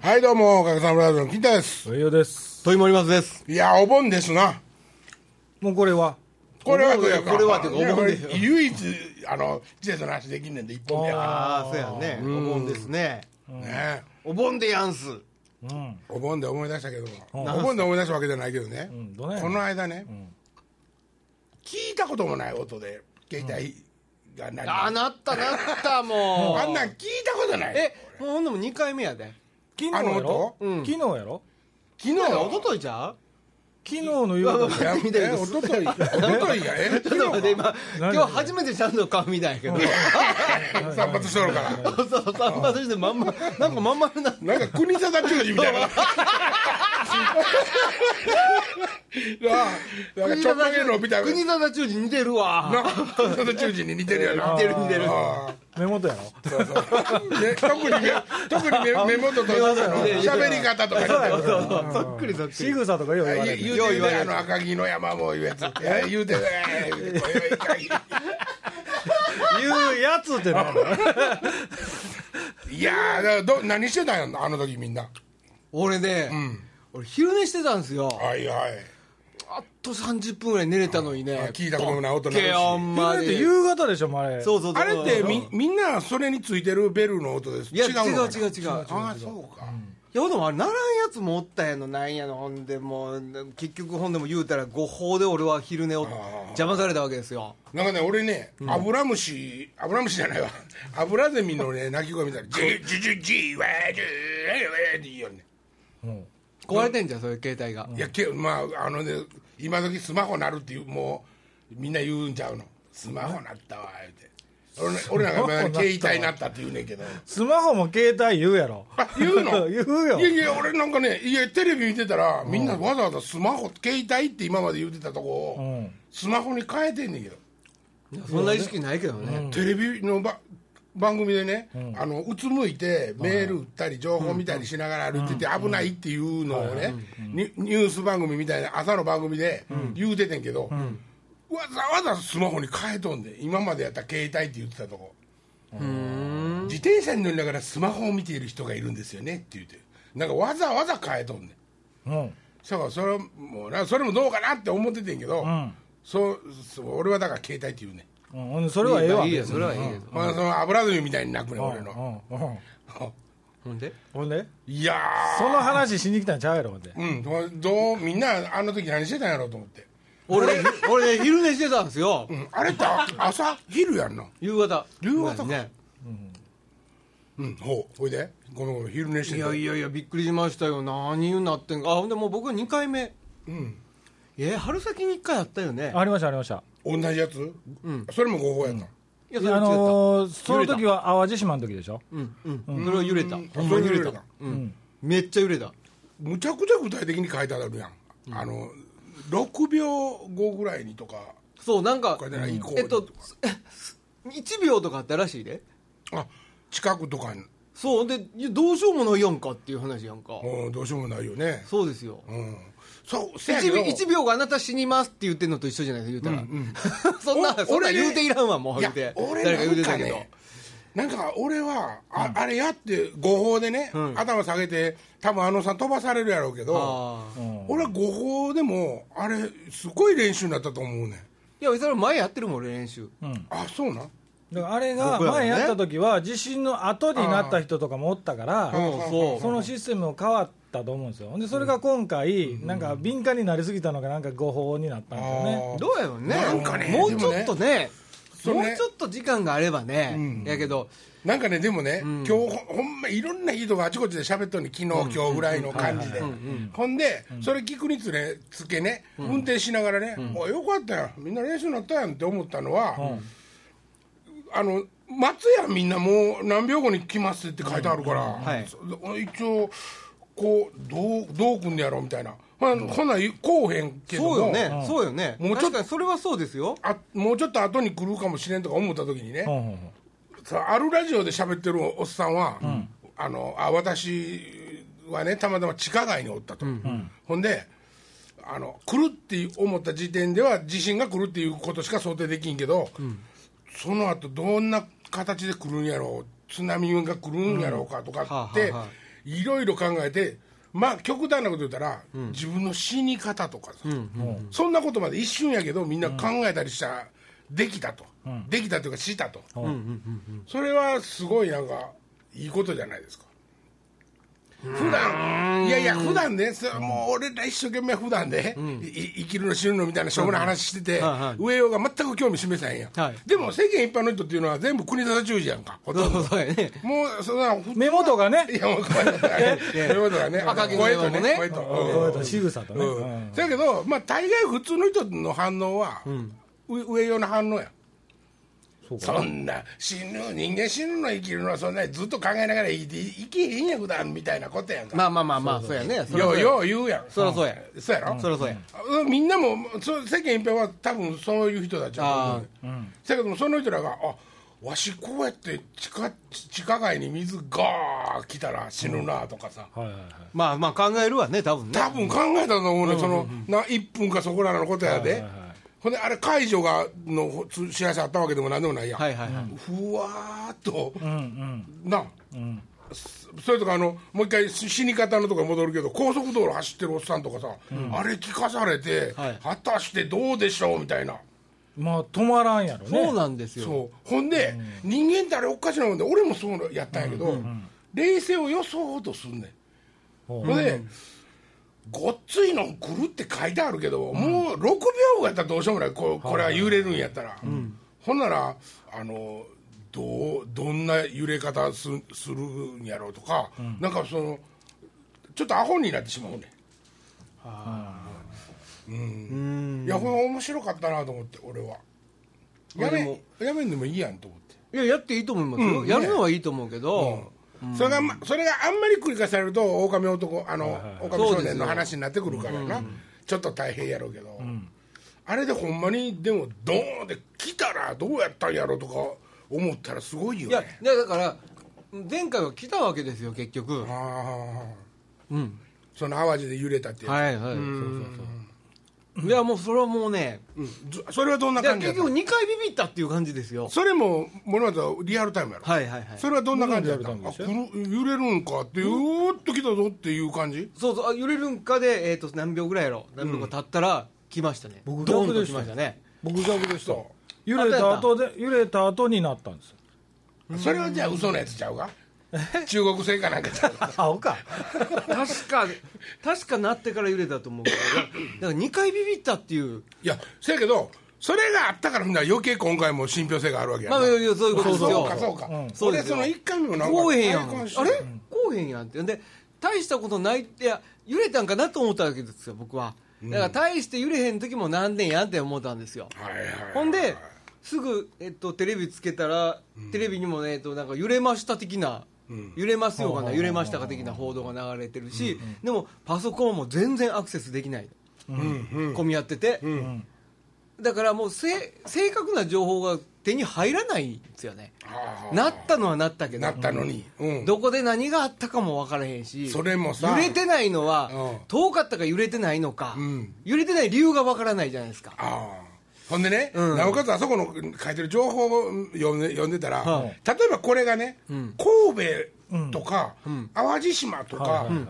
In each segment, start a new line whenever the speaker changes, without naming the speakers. はい、どうも、おかげさまブラザーズの金太です。
栄養です
問い森松です。
いや、お盆ですな。
もうこれは
これは
お盆
というか
これはというか
いや
お盆ですよ
これ唯一、あの、季節の話できんねんで、一本目やか
ああ、そうやね。お盆ですね。
ら。ね
お盆でやんす。
うん、
お盆で思い出したけども、お盆で思い出したわけじゃないけどね、
うん、どないや
こ
ねん
の間ね、聞いたこともない音で、携帯が鳴り
ああ、なったなった、もう。
あんなん聞いたことない。
え、もうほんでも2回目やで。
昨日や
あの
ろ
音、
うん
昨日やろ
昨日
昨日、おとといじゃ
昨日の夕方
いや
みたい
え
です
おとと い、おとといが、え、
うちょっと待って、今、今
何
日初めてちゃんと顔見たんやけど。
散髪しとるから。
そうそう、散髪してまんま、なんかまんまるな。
なんか国定忠治みたいな。な あなんかちょっとげのみたい
国
な。
定中治似てるわ。
な国定忠治に似てるよな。
似てる似てる。
あ
目元やろ
あそうそうね特にね特にね 目元と喋り方とか
そ
ね
うそう、そっくりそっく
仕
り。
草とかよう言われ
言
る
う
よう
て
言
る
わ
ね
れる
あの赤城の山も言うやついや言うてね言うてね
言うやつってなんだ
いやーだからど何してたんやあの時みんな
俺ね、俺昼寝してたんですよ。
はいはい
あっと30分ぐらい寝れたのにね。
聞いたこともない音
ボ
なる
ケ
し
よ、ほん
だ
ま
って
に。
夕方でしょもうあれ
そうそうそう。
あれってみみんなそれについてるベルの音です
いや、違う
のかな
違う違う。
ああそうか、
いやほんでもあれならんやつもおったんやのなんやのほんでもう結局ほんでも言うたら誤報で俺は昼寝を邪魔されたわけですよ
なんかね俺ねアブラムシアブラムシじゃないわアブラゼミのね鳴き声みたいな「ジュジュジュジーワージューワーって言うよね
うん
壊れてんじゃんそういう携帯が
いやけまああのね今時スマホなるっていうもうみんな言うんちゃうのスマホなったわ言うて俺ね俺なんか今まだ携帯なったって言うねんけど
スマホも携帯言うやろ
あ言うの
言うよ
いやいや俺なんかねいやテレビ見てたらみんなわざわざスマホ携帯って今まで言うてたとこを、
うん
スマホに変えてんねんけど、
いやそんな意識ないけどね、
テレビのば番組でね、あのうつむいてメール打ったり情報見たりしながら歩いてて危ないっていうのをね、ニニュース番組みたいな朝の番組で言うててんけど、わざわざスマホに変えとんで今までやったら携帯って言ってたとこ自転車に乗りながらスマホを見ている人がいるんですよねって言うてなんかわざわざ変えとんで
うん
だからそれもなそれもどうかなって思っててんけど、
うん
そうそう俺はだから携帯って言うね
うんほんでそれはいえわ
いいやそれはいいや、
まあ、その油塗りみたいになくね、
うん
俺の。
うんうん
ほんで
ほんで
いや
その話しに来たんちゃうやろほんで
ー、うん、どうどう、みんな、あの時何してたんやろうと思って。
俺ね俺ね昼寝してたんですよ、
うん、あれってあ朝、昼やんな。
夕方
夕方か
ね
うん、ほう、ほいで、ごめんごめん、昼寝して
い
た。
やいやいやびっくりしましたよ何になってんかあほんでもう僕2回目
うん、
え春先に1回あったよね
ありましたありました
同じやつ、
うん
それも合法やった。
いや
い
それ
や
は
あ
違った、
のーその時は淡路島の時でしょ
うんうんそれは揺れた、
うん
ほんまに揺れた
それは揺れた
うん、めっちゃ揺れた
むちゃくちゃ具体的に書いてあるやん。あの、6秒後ぐらいにとか、
そうなんか
これならいい子
えっとす1秒とかあったらしいで
あ近くとかに、
そうでいやどうしようもないやんかっていう話やんか
うん、どうしようもないよね。
そうですよ
うん。そう、せやけど
1, 秒1秒があなた死にますって言ってんのと一緒じゃないですか言うたら、 そんな
お
そんな
俺ね
言うていらんわもう
い
言
や
うて
俺
誰か言うてたけど、
なんかねなんか俺はあ,、あれやって誤報でね、
ん
頭下げて多分あのさん飛ばされるやろうけど
あ
う
あ
ん
俺は誤報でもあれすごい練習になったと思うねん
いやそれ前やってるもん俺練習
うん
あそうなん
だからあれが前やった時は地震の後になった人とかもおったから
うん
そう
そのシステムも変わったと思うんですよ、ほんでそれが今回、なんか敏感になりすぎたのか、なんか誤報になったんですよね、
あー
どうやろうね
なんかね
もう
で
ち
も
ょ
ね
っとね
そうね
もうちょっと時間があればね、
うん
やけど
なんかねでもね、今日ほほんまいろんな人があちこちで喋っとんね昨日、今日ぐらいの感じで、ほんで、それ聞くにつれつけね、運転しながらね、おいよかったやんみんな練習になったやんって思ったのは、あの松やみんなもう何秒後に来ますって書いてあるから、
はい
そ一応こうどうどう組んでやろうみたいな、ほなほんなんこうへんけども
そうよね、そうよね
もうちょっと
確かにそれはそうです よ
あもうちょっと後に来るかもしれんとか思った時にね、
うんうんうん
さあるラジオで喋ってるおっさんは、あのあ私はねたまたま地下街におったと、ほんであの来るって思った時点では地震が来るっていうことしか想定できんけど、その後どんな形で来るんやろう津波が来るんやろうかとかって、
はあはあはあ
いろいろ考えてまあ極端なこと言ったら、自分の死に方とかさ、そんなことまで一瞬やけどみんな考えたりしたらできたと、できたというかしたと、それはすごいなんかいいことじゃないですか普段いやいや普段ねそれはもう俺ら一生懸命普段ね、いい生きるの死ぬのみたいなしょうもない話してて、
はいはい
上よが全く興味示さへんやん、
はい
でも世間一般の人っていうのは全部国定中止やんかほとんど
そうやね
もうそんなふ
目元がね
いやもうこう いうことだねそういうことだね
赤木の
声と
電話もね
ね声と
こういうと仕草とね、
うん
うん
だけどまあ大概普通の人の反応は、う上用の反応や
そう
そんな死ぬ人間死ぬの生きるのはそんなにずっと考えながら生きて生きへんやん普段みたいなことやんか、
まあまあまあまあそうやねそら
よ
そううや
よう言うやん
そらそうや
そうやろ、
そらそうや
うんみんなもそう世間一般は多分そういう人たちだと思うだけどもその人らが「あわしこうやって地下地下街に水がー来たら死ぬな」とかさ、
はいはいはい
まあまあ考えるわね多分ね
多分考えたと思うね、そのな1分かそこらのことやで、
はいはいはい
ほんであれ解除がのほ通知らせあったわけでもなんでもないや、
はいはいはい
ふわーっと、
うんうん
な、そそれとかあのもう一回し死に方のとこ戻るけど高速道路走ってるおっさんとかさ、あれ聞かされて、
はい
果たしてどうでしょうみたいな。
まあ止まらんやろね
そうなんですよ
そうほんで、人間ってあれおかしなもんで俺もそうやったんやけど、冷静を装おうとすんねん
ほ
ほ
うん
で、ごっついのん来るって書いてあるけど、もう6秒やったらどうしようもないこうこれは揺れるんやったら、ほんならあのどうどんな揺れ方すするんやろうとか、なんかそのちょっとアホになってしまうねん
うん
いやこれ面白かったなと思って俺はや
俺
め
も
やめんでもいいやんと思って。
いややっていいと思いますよ
うん
やるのはいいと思うけど
それがまそれがあんまり繰り返されると狼男あの、狼
そ
少
うです
年
よ
の話になってくるからな、ちょっと大変やろうけど、あれでほんまにでもドーンで来たらどうやったんやろうとか思ったらすごいよ
いや
ね
でだから前回は来たわけですよ結局
ああ
うん
その淡路で揺れたっていう、
はいはいそうそうそういやもうそれはもうね
うんずそれはどんない
や
感じだ
結
った
局2回ビビったっていう感じですよ
それも物語リアルタイムやろ、
はいはいはい
それはどんな感じだった
リアルタ
あ
イムでしょ
くる揺れるんかってうーっと来たぞっていう感じ
そうそうあ揺れるんかで、えー、と何秒ぐらいやろ何秒か経ったら来ましたね、
僕
ドーン
逆
と
で
来
した
ましたね
僕が僕でした
揺れた後で揺れた後になったんですよ
それはじゃあ嘘のやつちゃうか中国製かなんかちゃうか
あおか
確か確かなってから揺れたと思うけどだから2回ビビったっていう
いや、せやけど、それがあったからみんな余計今回も信憑性があるわけや
ま
な。
あいやいやそういうことですよ
そうか、そうか。
うん
そうで
俺、
すよ
その一回目もなんか
こうへんやん
体感して
あれこうへんやんってで大したことないっていや揺れたんかなと思ったわけですよ僕はだから大して揺れへん時もなんねんやんって思ったんですよ、
はいはいはい
ほんですぐ、えっと、テレビつけたら、テレビにもね、えっと、なんか揺れました的な、揺れますよかな、揺れましたか的な報道が流れてるし、でもパソコンも全然アクセスできない、混み合ってて、だからもうせ正確な情報が手に入らないんですよね、
あ
なったのはなったけ
あ
ど
な。ったのに。うん。
どこで何があったかも分からへんし
それもさ
揺れてないのは、
うん
遠かったか揺れてないのか、
ん
揺れてない理由が分からないじゃないですか
ああ。ほんでね、
うん
なおかつあそこの書いてる情報を読んで読んでたら、
はい
例えばこれがね、神戸とか、淡路島とか、
はいはいはい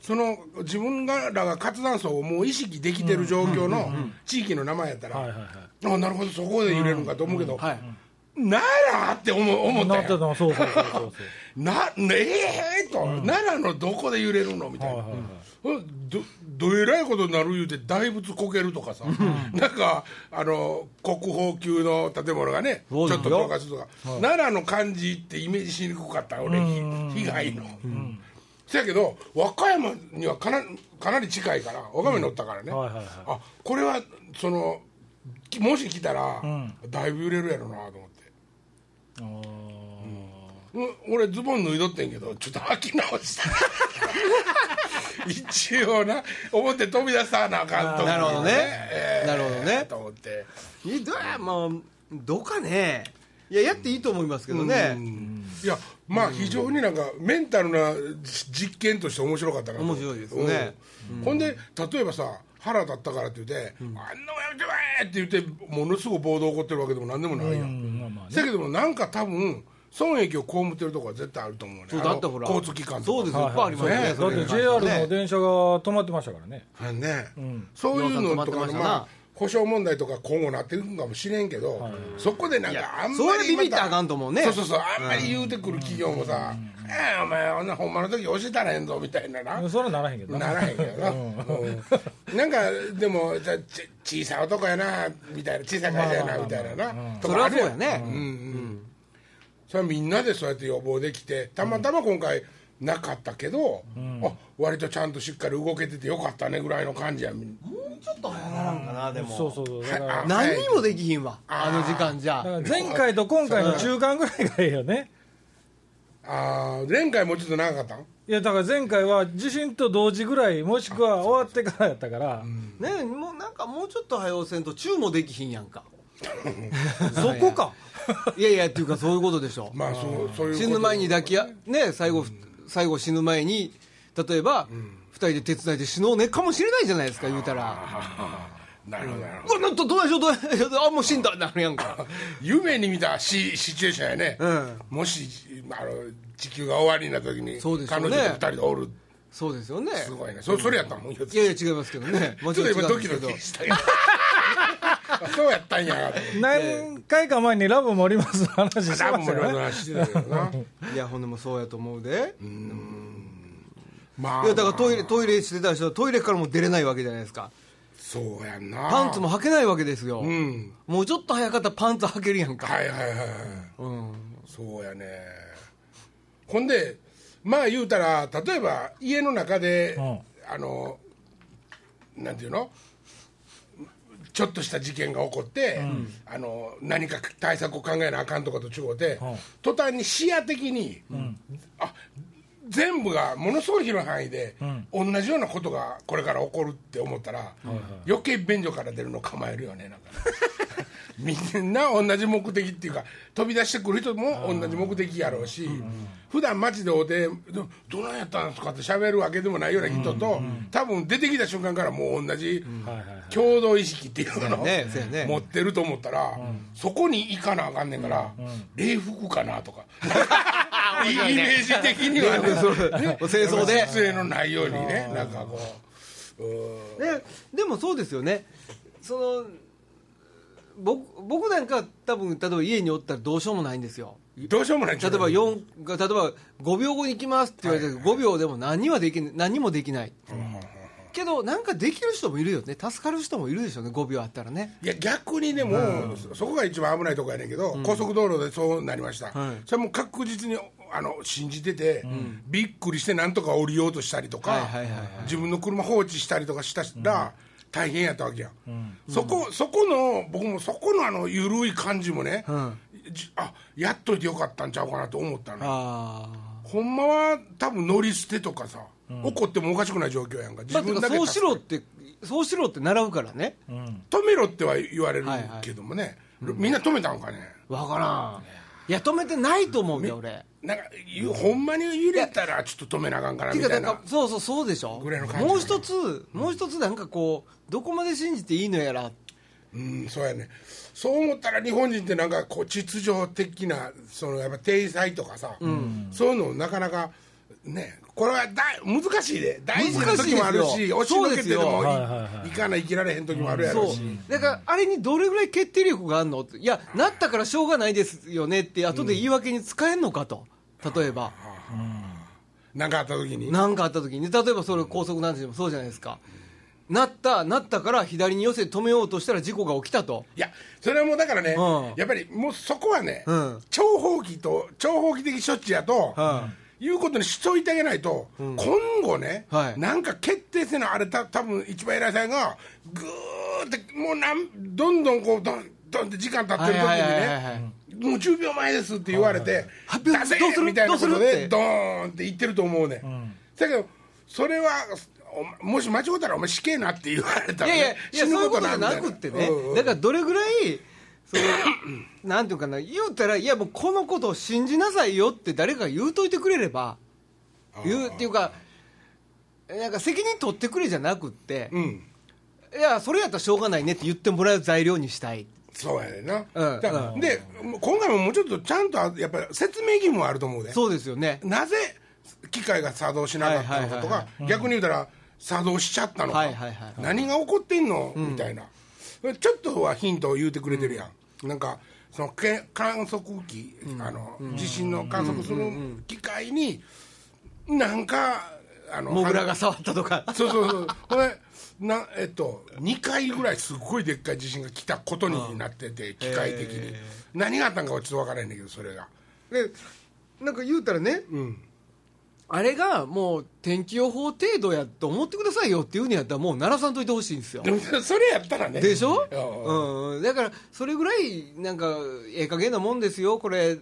その自分らが活断層をもう意識できてる状況の地域の名前やったら、
はいはいはい
あなるほどそこで揺れるんかと思うけど、
はい、
奈良って思う思った
な
や
っ
ん
たのそうそうそうそう
なねえと、奈良のどこで揺れるのみたいな、
はいはいはい
うんどどえらいことになる言うて大仏こけるとかさ、なんかあの国宝級の建物がねちょ
そう
っ
です
と
よ
どかすとか、奈良の漢字ってイメージしにくかった俺、ひ被害の。せやけど和歌山にはかなかなり近いから和歌山におったからね、
うんはいはいはい
あこれはそのきもし来たら、
ん
だいぶ揺れるやろなと思って。
あー
う俺ズボン脱いどってんけどちょっと履き直した 一応な表飛び出さなあかんと
なるほどね
えー
なるほどね
と思って
えどうやまあどうかねいややっていいと思いますけどね、
いやまあ非常になんかメンタルな実験として面白かったなと思って
面白いですね
うんほんで例えばさ腹立ったからって言って「あんなもんやめてまえ!」って言ってものすごい暴動起こってるわけでも何でもないやん
うんまあまあね
だけどもなんか多分損益を被ってるとこは絶対あると思うね
そうだってほら
あの交通機関とか
そうですよいっぱいありますよ
はいはい
ね
だ
そ
っ
れ
て JR の電車が止まってましたからね、
あのね、そういうのとか
量産止まってまし
の
た
ま
な
あ保証問題とか今後なっていくんかもしれんけど、そこでなんかあんまり
それビビったらあかんと思うね
そうそうそうあんまり言うてくる企業もさ「ええお前あんなほんまの時教えたらええんぞ」みたいなな、
それはならへんけどな
ならへんけどな、うんなんかでもじゃち小さい男やなみたいな小さい会社やなみたいなな、と
そ
か
れ
あ
は
る
そ
や
う
ん
やね、
それはみんなでそうやって予防できてたまたま今回なかったけど、あ割とちゃんとしっかり動けててよかったねぐらいの感じやみん
もうちょっと早ならんかなでも
そうそうそうだから
はあ
何にもできひんわあの時間じ
だから
ゃ
前回と今回の中間ぐらいがええよね
ああ前回もうちょっと長かったん
いやだから前回は地震と同時ぐらいもしくは終わってからやったから、
ねもうなんかもうちょっと早うせんとチューもできひんやんか
そこか
いやいやっていうかそういうことでしょ
まあそうそういうこと
死ぬ前に抱きやね最後最後死ぬ前に例えば二人で手伝いで死のうねかもしれないじゃないですか言うたら
なるほどなるほ
うわなんとどうでしょうどうでしょうあもう死んだなるやんか
ど夢に見たシシチュエーションやね、
うん
もしあの地球が終わりになった時に
そうですよ
彼
ね
女と二人でおる
そうですよね
すごいねそそれやったもん言う
い
て
やいや違いますけ どねも
ちょっと今
違
ド
うんで
キ
す
ド
けど
キしたけどあ そうやったんや って
何回か前にラブ森松の話しました
ラ
よ
ブもいろい
ね
ろ話してたけどない
やほんでもそうやと思うで
まあ
いやだからトイレトイレしてた人はトイレからも出れないわけじゃないですか
そうやんな
パンツも履けないわけですよ、
ん
もうちょっと早かったらパンツ履けるやんか、
はいはいはいはい
うん、
そうやねほんでまあ言うたら例えば家の中で、
ん
あのなんていうのちょっとした事件が起こって、あの何か対策を考えなあかんとかと違うて、
うん
途端に視野的に、あ全部がものすごい広い範囲で、同じようなことがこれから起こるって思ったら、余計便所から出るの構えるよねなんか ねみんな同じ目的っていうか飛び出してくる人も同じ目的やろうし、普段街で会うて「どどないやったんですか?」って喋るわけでもないような人と、多分出てきた瞬間からもう同じ
はいはいはい
共同意識っていうのを、
そうやねそうやね
持ってると思ったら、そこに行かなあかんねんから、礼服かな とかイメージ的にはね
ね清 掃で
失礼のないようにねなんかこううーん
ででもそうですよねその僕僕なんか多分例えば家におったらどうしようもないんですよ
どうしようもない
例えば四例えば5秒後に行きますって言われて、5秒でも何はできない何もできない、けどなんかできる人もいるよね助かる人もいるでしょうね5秒あったらね
いや逆にでも、そそこが一番危ないとこやねんけど、高速道路でそうなりました、
はい
それも確実にあの信じてて、びっくりしてなんとか降りようとしたりとか、
はいはいはいはい
自分の車放置したりとかしたら、大変やったわけやん、そこそこの僕もそこのあの緩い感じもね、
ん
じあやっといてよかったんちゃうかなと思ったの
ああ
ほんまは多分乗り捨てとかさ、怒ってもおかしくない状況やんか
ま
自
あ、て
分
か
だけ
そうしろ
助け
ってそうしろって習うからね
止めろっては言われる
はいはい
けどもね、みんな止めたんかね、
わからんいや止めてないと思うよ俺
なんかゆほんまに揺れたらちょっと止めなあかんから
て
み
か
た
ないん
な
かそうそうそうでしょ
ぐらいの感じ
もう一つもう一つなんかこうどこまで信じていいのやら
うんそうやねそう思ったら日本人ってなんかこう秩序的なそのやっぱ体裁とかさ、そういうのなかなかねこれはだ難しいで大事な時もある
難しいです
し
よ
押しのけてでも
そう
い,、
ですよはいはいはい
かない生きられへん時もあるやろ
そう
し、
だからあれにどれぐらい決定力があるのっていやなったからしょうがないですよねって後で言い訳に使えんのかと例えば
なんかあった時に
何かあった時に例えばそれ高速なんてでもそうじゃないですかなったなったから左に寄せて止めようとしたら事故が起きたと
いやそれはもうだからね、
うん
やっぱりもうそこはね、
うん
長方形と長方形的処置やと、いうことにしといてあげないと、今後ね、
はい
なんか決定せなあれた多分一番偉いさんがぐーってもうなんどんどんこうどんどんって時間経ってる時にね、
はいはいはいはいはい
もう10秒前ですって言われて、
発表
出せ
どうする
みたいなこと
どうするっ
で
て
ドーンって言ってると思うね、だけどそれはおもし間違ったらお前死刑なって言われた
い
ら、
や
ね、
いやいや
死ぬ
そういうことじ
だ
ゃ
みた
ないくってね、
うんうん
だからどれぐらいその なんていうかな言うたらいやもうこのことを信じなさいよって誰かが言うといてくれれば言うっていうかなんか責任取ってくれじゃなくって、
うん
いやそれやったらしょうがないねって言ってもらう材料にしたい
そうやねんな、
うん
だから
うん
で今回ももうちょっとちゃんとあやっぱり説明義務はあると思うで
そうですよね
なぜ機械が作動しなかったのかと
はいはいはい
か逆に言うたら作動しちゃったのか、
はいはいはい
何が起こってんの、みたいなちょっとはヒントを言うてくれてるやん、なんかそのけ観測機、あの地震の観測する機械になんかあの
モグラが触ったとか
そうそうそうこれなえっと2回ぐらいすっごいでっかい地震が来たことになってて、機械的に、何があったんかはちょっと分からへんねんけどそれが
でなんか言うたらね、あれがもう天気予報程度やと思ってくださいよっていうふうにやったらもう鳴らさんといてほしいんですよ
でもそれやったらね
でしょ、
うん
うん、だからそれぐらいなんかええ加減なもんですよこれ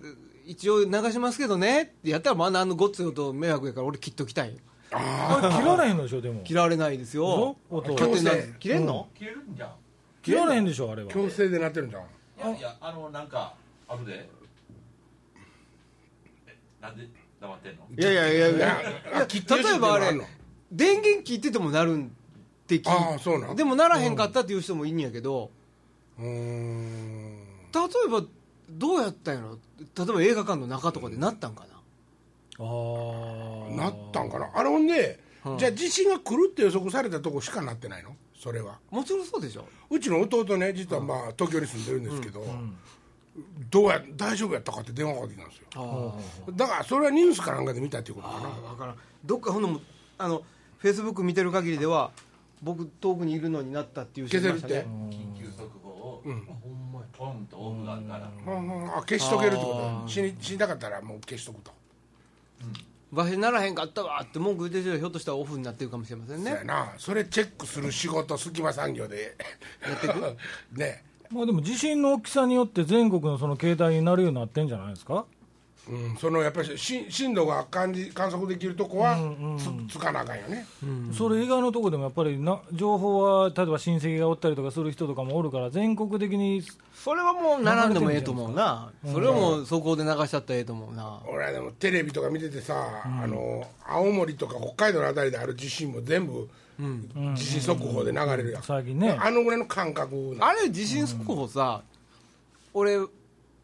一応流しますけどねってやったらまあ何のごっついと迷惑やから俺切っときたいよ
切られへんのでしょでも
切られないですよ
そう音
勝手にな
強制
切れんの、
消えるんじゃん
切られへんでしょあれは
強制でなってるんじゃん
いやいやあのなんかあるでえなんで黙ってんの
いやいやいやい
い
や
や切ってる
例えば
っ
あ
て
れ
いうの
電源切っててもなるんって聞い
ああそうなん
でもならへんかったっていう人もいいんやけど、
あんのうーん
例えばどうやったんやろ例えば映画館の中とかでなったんかな、
あー
なったんかなあれほんで、じゃあ地震が来るって予測されたとこしかなってないのそれは
もちろんそうでしょ
うちの弟ね実はまあ東京に住んでるんですけど、どうや大丈夫やったかって電話かけてきたんですよ
あ
だからそれはニュースかなんかで見たっていうことかな
あ分からんどっかほんのもあのフェイスブック見てる限りでは僕遠くにいるのになったっていう人い
消
ま
せる
し
ったて
ね、
緊急速報を、ポンとオフがあるから、
うんうんあ消しとけるってこと死に死にたかったらもう消しとくと
場所ならへんかったわって文句言ってる人はひょっとしたらオフになってるかもしれません
そうや
ね
なそれチェックする仕事隙間産業で ね
まあでも地震の大きさによって全国のその携帯になるようになってんじゃないですか
うん、そのやっぱりし震度が感じ観測できるとこはつ,、つかなあかんよね、
それ以外のところでもやっぱりな情報は例えば親戚がおったりとかする人とかもおるから全国的に
それはもう並んでもええと思うなそれはもうそこで流しちゃったらええと思うな
俺はでもテレビとか見ててさ、あの青森とか北海道のあたりである地震も全部、地震速報で流れるやん、
最近ね
あのぐらいの感覚な
あれ地震速報さ、俺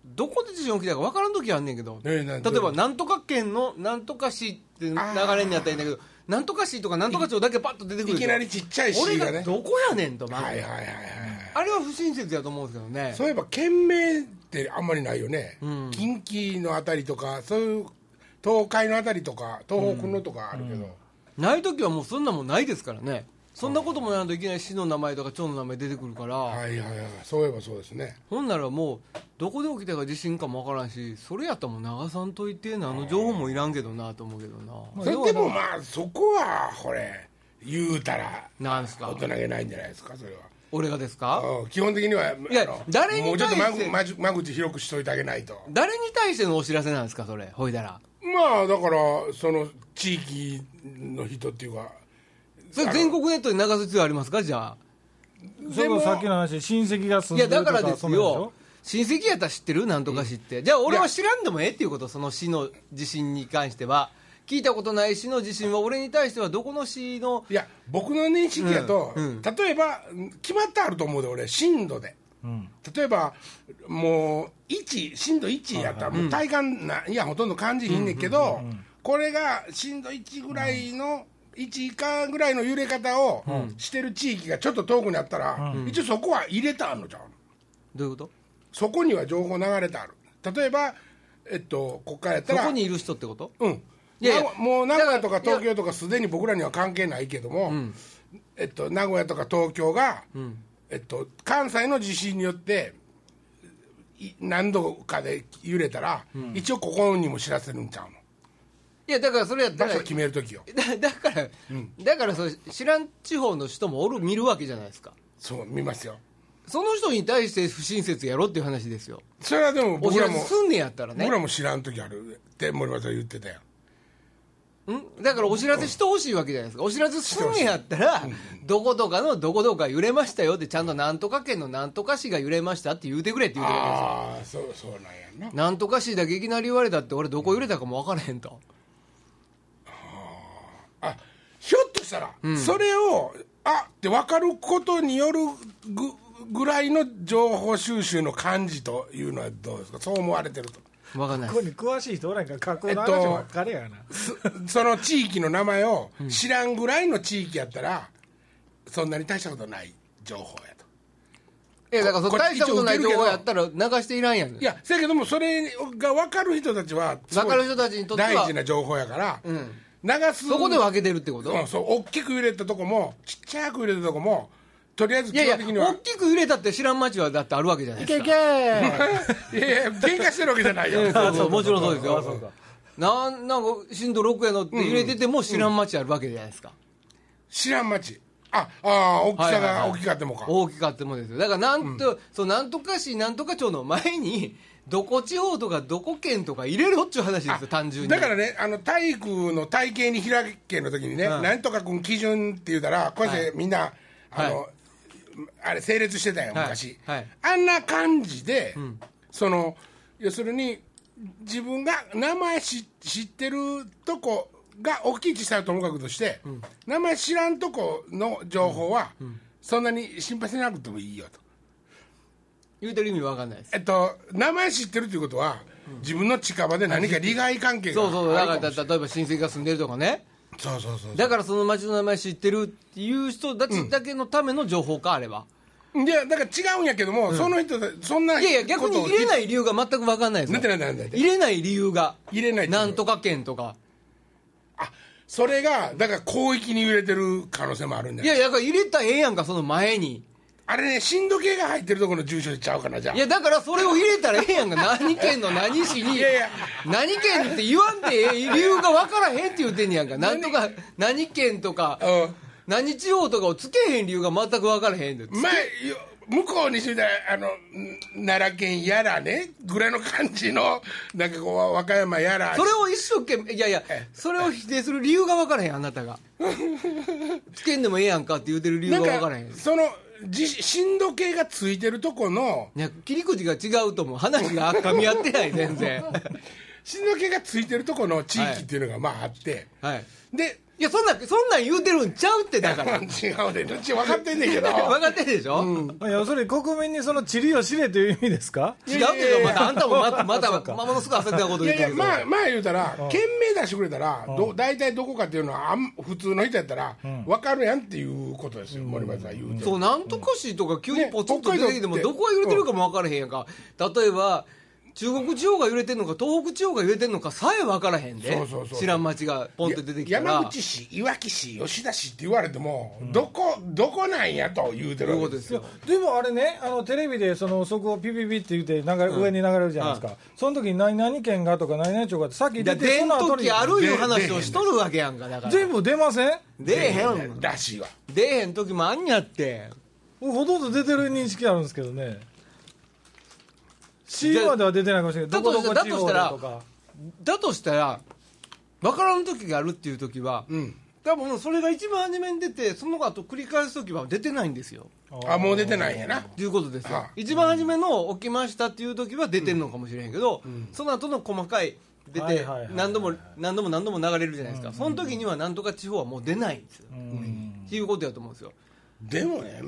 どこで地震起きたか分からん時あんねんけど、
ええなん
例えばなんとか県のなんとか市って流れになったらいいんだけどなんとか市とかなんとか町だけパッと出てくる
い
でしょ
きなりちっちゃい
俺
市が
が
ね
どこやねんと、まず
はいはいはいはい、
あれは不親切やと思うんですけどね
そういえば県名ってあんまりないよね、近畿のあたりとかそういう東海のあたりとか東北のとかあるけど、
ない時はもうそんなもんないですからねそんなこともないといけない市の名前とか町の名前出てくるから、
はいはいはいそういえばそうですね
ほんならもうどこで起きたか地震かも分からんしそれやったらもう流さんといて何の情報もいらんけどなと思うけどな、
それでもまあそこはこれ言うたら
なんですか
大人げないんじゃないですかそれは
俺がですか
うん基本的にはい
や
あの
誰に対して
もうちょっと間口間口間口広くしといてあげないと
誰に対してのお知らせなんですかそれほいだら
まあだからその地域の人っていうか
それ全国ネットに流す必要ありますかじゃ
それこそさっきの話親戚が
あ
住
い
んで
や
ると
だ
か
からです
そんなんしょ
よ親戚やったら知ってるなんとか知って、じゃあ俺は知らんでもええっていうことその市の地震に関しては聞いたことない市の地震は俺に対してはどこの市の
いや僕の認識やと、
うん
例えばうん決まってあると思うで俺震度で、
ん
例えばもう1震度1やったらもう体感ないやほとんど感じひんねんけど、これが震度1ぐらいの、1以下ぐらいの揺れ方をしてる地域がちょっと遠くにあったら、一応そこは入れたのじゃん
どういうこと
そこには情報流れてある例えばえっとこっからやった
そ
ら
こにいる人ってこと
うん、
いやいや
なごもう名古屋とか
だから
東京とかすでに僕らには関係ないけども、えっと、名古屋とか東京が、えっと、関西の地震によってい何度かで揺れたら、一応ここにも知らせるんちゃうの
いやだからそれやっ
場
たら
所決めるときよ
だだから、だからそれ知らん地方の人もおる見るわけじゃないですか
そう見ますよ
その人に対して不親切やろっていう話ですよ
それはでも
お
僕
知ら
ら
せ
も、
すんねやったらね
僕らも知らんときあるって森本さん言ってたよ
んだからお知らせしてほしいわけじゃないですか、お知らせするんやったら、どこどかのどこどか揺れましたよって、ちゃんとなんとか県のなんとか市が揺れましたって言うてくれって言うてくれるんで
ああそうそうなんやな
すよ、なんとか市だけいきなり言われたって、俺、どこ揺れたかも分からへんと、
あひょっとしたら、それをあって分かることによるぐぐらいの情報収集の感じというのはどうですかそう思われてる と
分かんない
こ
で
こ
す
に詳しい人おらんから加工の話ばっかりやな、
その地域の名前を知らんぐらいの地域やったら、そんなに大したことない情報やと
えだからそ
こ
の大したことない
こっち一応受ける
情
けど
報やったら流していらんやん
いやせやけどもそれが分かる人たちはすごい
分かる人たちにとっては
大事な情報やから、
ん
流す
そこで分けてるってこと、
うん、そう大きく入れたとこもちっちゃく入れたとこもとりあえず
い
基
やい
本
や
的には
大きく揺れたって知らん街はだってあるわけじゃないですか
いやいや喧嘩してるわけじゃないよ
そうそうもちろんそうですよなんなんか震度6やのって揺れてても知らん街あるわけじゃないですか、
知らん町ああー大きさ
はいはい
が
はい
大きかってもか、
大きかったもんですよだからなんと、そうなんとか市なんとか町の前に どこ地方とかどこ県とか入れろっちゅう話ですよ単純に
だからねあの体育の体系に開けの時にね、
うん
なんとか君基準って言うたらこうやってみんな、あの、
は
あれ整列してたよ
はい
昔、
はい
あんな感じで、その要するに自分が名前し知ってるとこが大きい小さいはともかくとして、名前知らんとこの情報は、そんなに心配しなくてもいいよと。
言うてる意味わかんないです
えっと、名前知ってるということは、自分の近場で何か利害関係が
そうそう
あ
だ
る
か
からも
だ例えば親戚が住んでるとかね
そうそうそう
だからその町の名前知ってるっていう人たちだけのための情報かあれば、
いやだから違うんやけども、その人たそんない
やいや逆に入れないい理由が全く分かんないです
な
よ
んてなんてなんてなんて
入れない理由が
入れないっていう
なんとか県とか
あそれがだから広域に揺れてる可能性もあるんじゃ
い
ない
やいやだから入れたらええやんかその前に
あれね震度計が入ってるところの住所でちゃうかなじゃあ
いやだからそれを入れたらええやんか何県の何市に
いやいや
何県って言わんでええ理由が分からへんって言うてんねやんかなんとか何県とか
うん
何地方とかをつけへん理由が全く分からへんで
前よ向こうにしてみたらあのん奈良県やらねぐらいの感じのなんかこう和歌山やら
それを一生懸命いやいやそれを否定する理由が分からへんあなたがつけんでもええやんかって言うてる理由
な
が
ん
分からへん
かそのじ震度計がついてるとこの
いや切り口が違うとも話が噛み合ってない全然
震度計がついてるとこの地域っていうのがまああって、
はい
で
いやそんなそんなん言うてるんちゃうってだ から
違うでどっち分かってんねんけど
分かってるでしょ、違う
まあ要するに国民にその地理を知れという意味ですか
けどまたあんたもまたまたまものすごい焦ってたこと
い
言っ
やい
てる
や
けど
まあまあ言うたら県名出してくれたらど大体どこかっていうのはあん普通の人やったら分かるやんっていうことですよ、森松さん言うて
そうなんとか市とか急にポツンと
ね
出てきても
北海道っ
ど
て
こが揺れてるかも分からへんやんか例えば中国地方が揺れてんのか東北地方が揺れてんのかさえ分からへんで
そうそうそう
知らん町がポンと出てきたら
山口市いわき市吉田市って言われても、どこどこなんやと言うて
とい
る
うこ
わ
と
け
で
です
すよ
でもあれねあのテレビでその速報ピピピって言って流れ、上に流れるじゃないですか、その時に何々県がとか何々町がってさっき
だ
出
か
て
ら出
そ
ん
の後
時
に
あるいう話をしとるわけやんかだから
全部出ません
出えへん
らしいわ
出えへん時もあんやって
僕ほとんど出てる認識あるんですけどね C までは出てないかもしれない
だ
ど
と
こどこ
だ
地
とした
方
ら
だとか
だとしたら分からん時があるっていう時は、多分それが一番初めに出てその後繰り返す時は出てないんですよ
あもう出てないんやな
ということですよ、
はい
一番初めの起きましたっていう時は出てるのかもしれへんけど、その後の細かい出
はいは
て
いはいはい
何度も何度も何度も流れるじゃないですか、その時にはなんとか地方はもう出ないんですよ、っていうことやと思うんですよ
でもね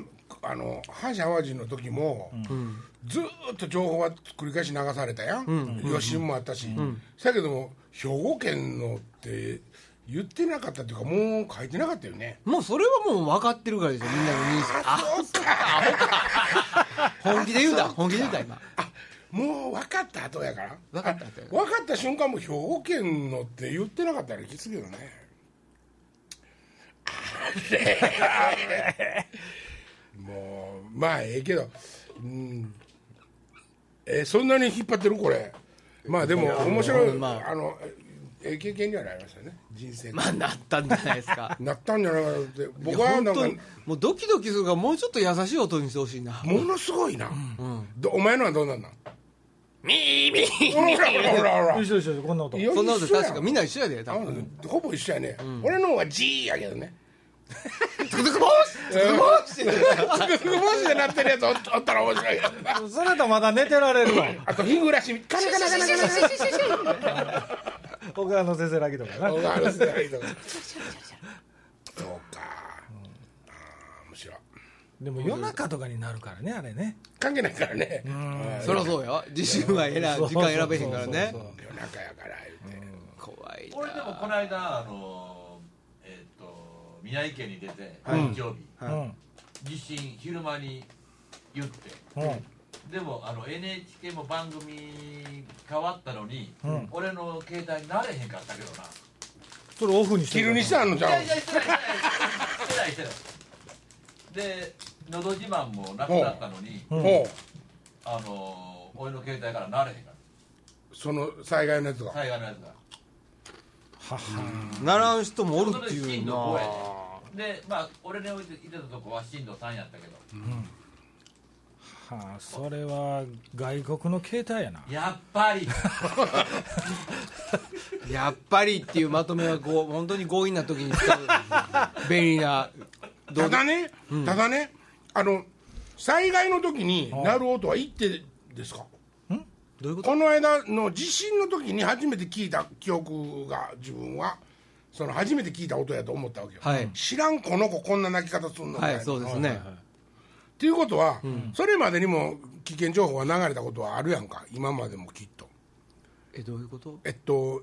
あの阪神・淡路の時も、ずーっと情報は繰り返し流されたやん、余震もあったし、だけども兵庫県のって言ってなかったっていうかもう書いてなかったよね
もうそれはもう分かってるからですよみんなの認識あ
そうか
本気で言うた本気で言うた今
もう分かった後やから
分かった後や
あ分かった瞬間もう兵庫県のって言ってなかったらきついけどねあれあれもうまあええけどうんえそんなに引っ張ってるこれまあでも面白い、
ま
あ、のええ経験にはなりましたね人生
まあなったんじゃないですか
なったんじゃないかなって僕は
本
なん
当
か
にもうドキドキするからもうちょっと優しい音にしてほしいな
ものすごいな、どお前のはどうなんなんミーミーほらほらほらほら
一緒一緒こんな音
いや
そんなこと
一緒や
確かみんな一緒やで多分
ほぼ一緒やね、俺の方は G やけどね
つくづくぼーしつくづくぼーし
マジでなってるやつおおったら面白いけどな
それだとまだ寝てられるわ
あと日暮らしカナカナカナカナカナ
僕らの先生だけとかな
小川の世代とかそうかあー面白い
でも夜中とかになるからねあれね
関係ないからね、はい
そりゃそうよ自身は選
そう
時間選べへんからね
そうそう
夜中やから言うて、
怖いな
俺でもこの間あのえっと宮城県に出て
はい
日曜日
そうそう
は
地震昼間に言って
うんうん
でもあの NHK も番組変わったのに、
うん
俺の携帯になれへんかったけどな、
それオフにして
昼にしてあんのじゃ
い
ん
やいやしてないしてないしてないしてないで「のど自慢」もなくなったのに、
うん
ほ
あの俺の携帯からなれへんかっ
うその災害のやつが、
た災害のやつが
はは
ならん人もおる
それ
って
で
い
震
う
度
な
5やででまあ俺のいていてたとこは震度3やったけど
はあそれは外国の携帯やな
やっぱり
やっぱりっていうまとめはこう本当に強引な時に使う便利な道
た
具
だね、ただねあの災害の時に鳴る音は一定ですか、
どういうこと
この間の地震の時に初めて聞いた記憶が自分はその初めて聞いた音やと思ったわけよ、
はい
知らんこの子こんな泣き方すんのみた
はいい
な
そうですね、
っていうことは、それまでにも危険情報が流れたことはあるやんか今までもきっと
えどういうこと
えっと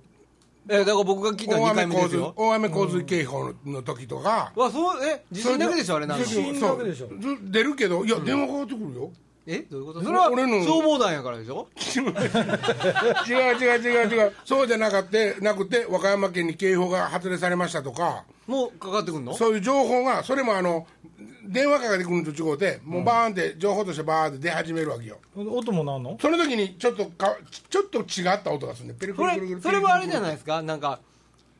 えだから僕が聞いたの
大
2回
雨
目
洪
です
水
よ
大雨洪水警報の時とか、
わそうえ地震だけでしょあれなんの
地震だけでしょ
そうず出るけどいや電話かかってくるよ、
えどういうことそれは
俺の
消防団やからでしょ
違う違う違う違うそうじゃなかってなくて和歌山県に警報が発令されましたとか
もうかかってくんの
そういう情報がそれもあの電話かかってくるのと違うてもうバーンって情報としてバーンって出始めるわけよ
音もなんの
その時にちょっとかちょっと違った音がするねペル
そ
ペルペルペ
れ
ル
それはあれじゃないですかなんか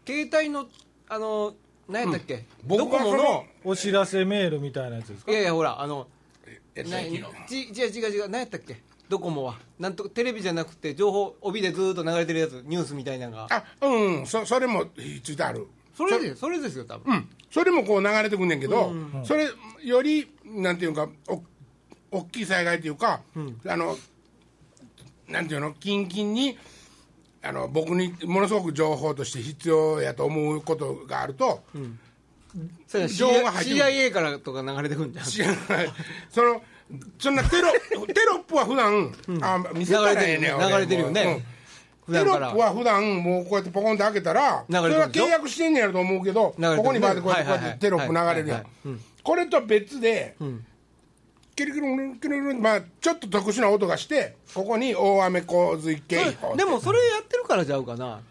携帯のあの何やったっけ、ド
僕
コ
は
モ
そ
の
の
お知らせメールみたいなやつですか
いやいやほらあの
えっと
な
地
ち
域の
違う違う違う何やったっけドコモはなんとテレビじゃなくて情報帯でずーっと流れてるやつニュースみたいなのが
あうんうんそそれもひっついてある
それでそれですよ多分、
うんそれもこう流れてくんねんけど、それよりなんていうかお大きい災害というか、あのなんていうの近々にあの僕にものすごく情報として必要やと思うことがあると、
それ
情報が入ってくる
CIA からとか流れてくるんじゃん
知らないそのそんなテロテロップは普段、あ見せたらええねん
流れてる
俺も
よね流れてるよね
うん
普
テ
段
ロ
から
ップは普段もうこうやってポコンって開けたら
流れ
そ
て
れ
る
は
でしょ
契約してんねやろと思うけど
流れてる
ここにバーってこうやってこ
はいう
や
はい
っ
はい
てテロップ流れるや
は
ん
いはいうん
これとは別で
ん
キリキリキリキリまあちょっと特殊な音がしてここに大雨洪水警
そ
報
れでもそれやってるからちゃうかな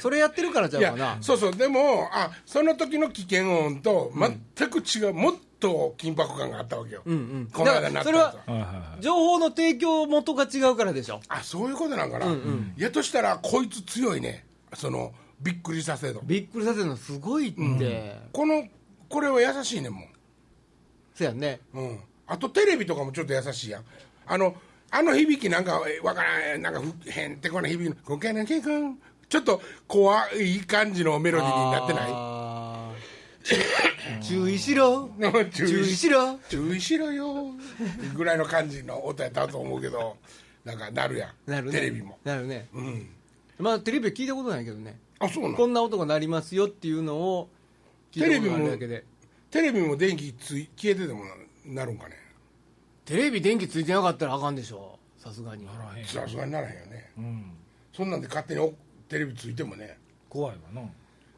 それやってるからちゃ
いうや
かな
そうそうでもあその時の危険音と全く違う、もっと緊迫感があったわけよ、
うん
この間なったや
だ
つ
から
は
そ情報の提供元が違うからでしょ
あそういうことなんかな、やとしたらこいつ強いねそのびっくりさせる
びっくりさせるのすごいって、
このこれは優しいねんも
そやね
ん、うん、あとテレビとかもちょっと優しいやんあのあの響きなんかえわからんなんかふへんってこな響きの「ごけんけんくん」ちょっと怖い感じのメロディーになってな
あー注意しろ
い注
注
意
意
し
しろ
注意しろよぐらいの感じの音やったと思うけどなんかなるやん
なるね
テレビも
なるね、まあテレビは聞いたことないけどね
あそうな
こ
の
んな音が鳴りますよっていうのを聞いたことがあるだけで
テレビも電気つい消えててもなるんかね
テレビ電気ついてなかったらあかんでしょさすがに
さすがにならへんよね
うん
そんなんで勝手におテレビついてもね
怖いわな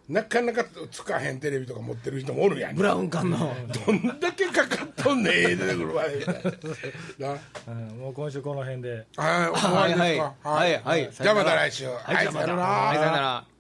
なかなかつかへんテレビとか持ってる人もおるやん
ブラウン 管の
どんだけかかっとんねん出てくるわみたいなな
うんもう今週この辺で
はい終わりですか
はいはいはい
じゃあまた来週
はいじゃあま
な
た
ら
はいさよなら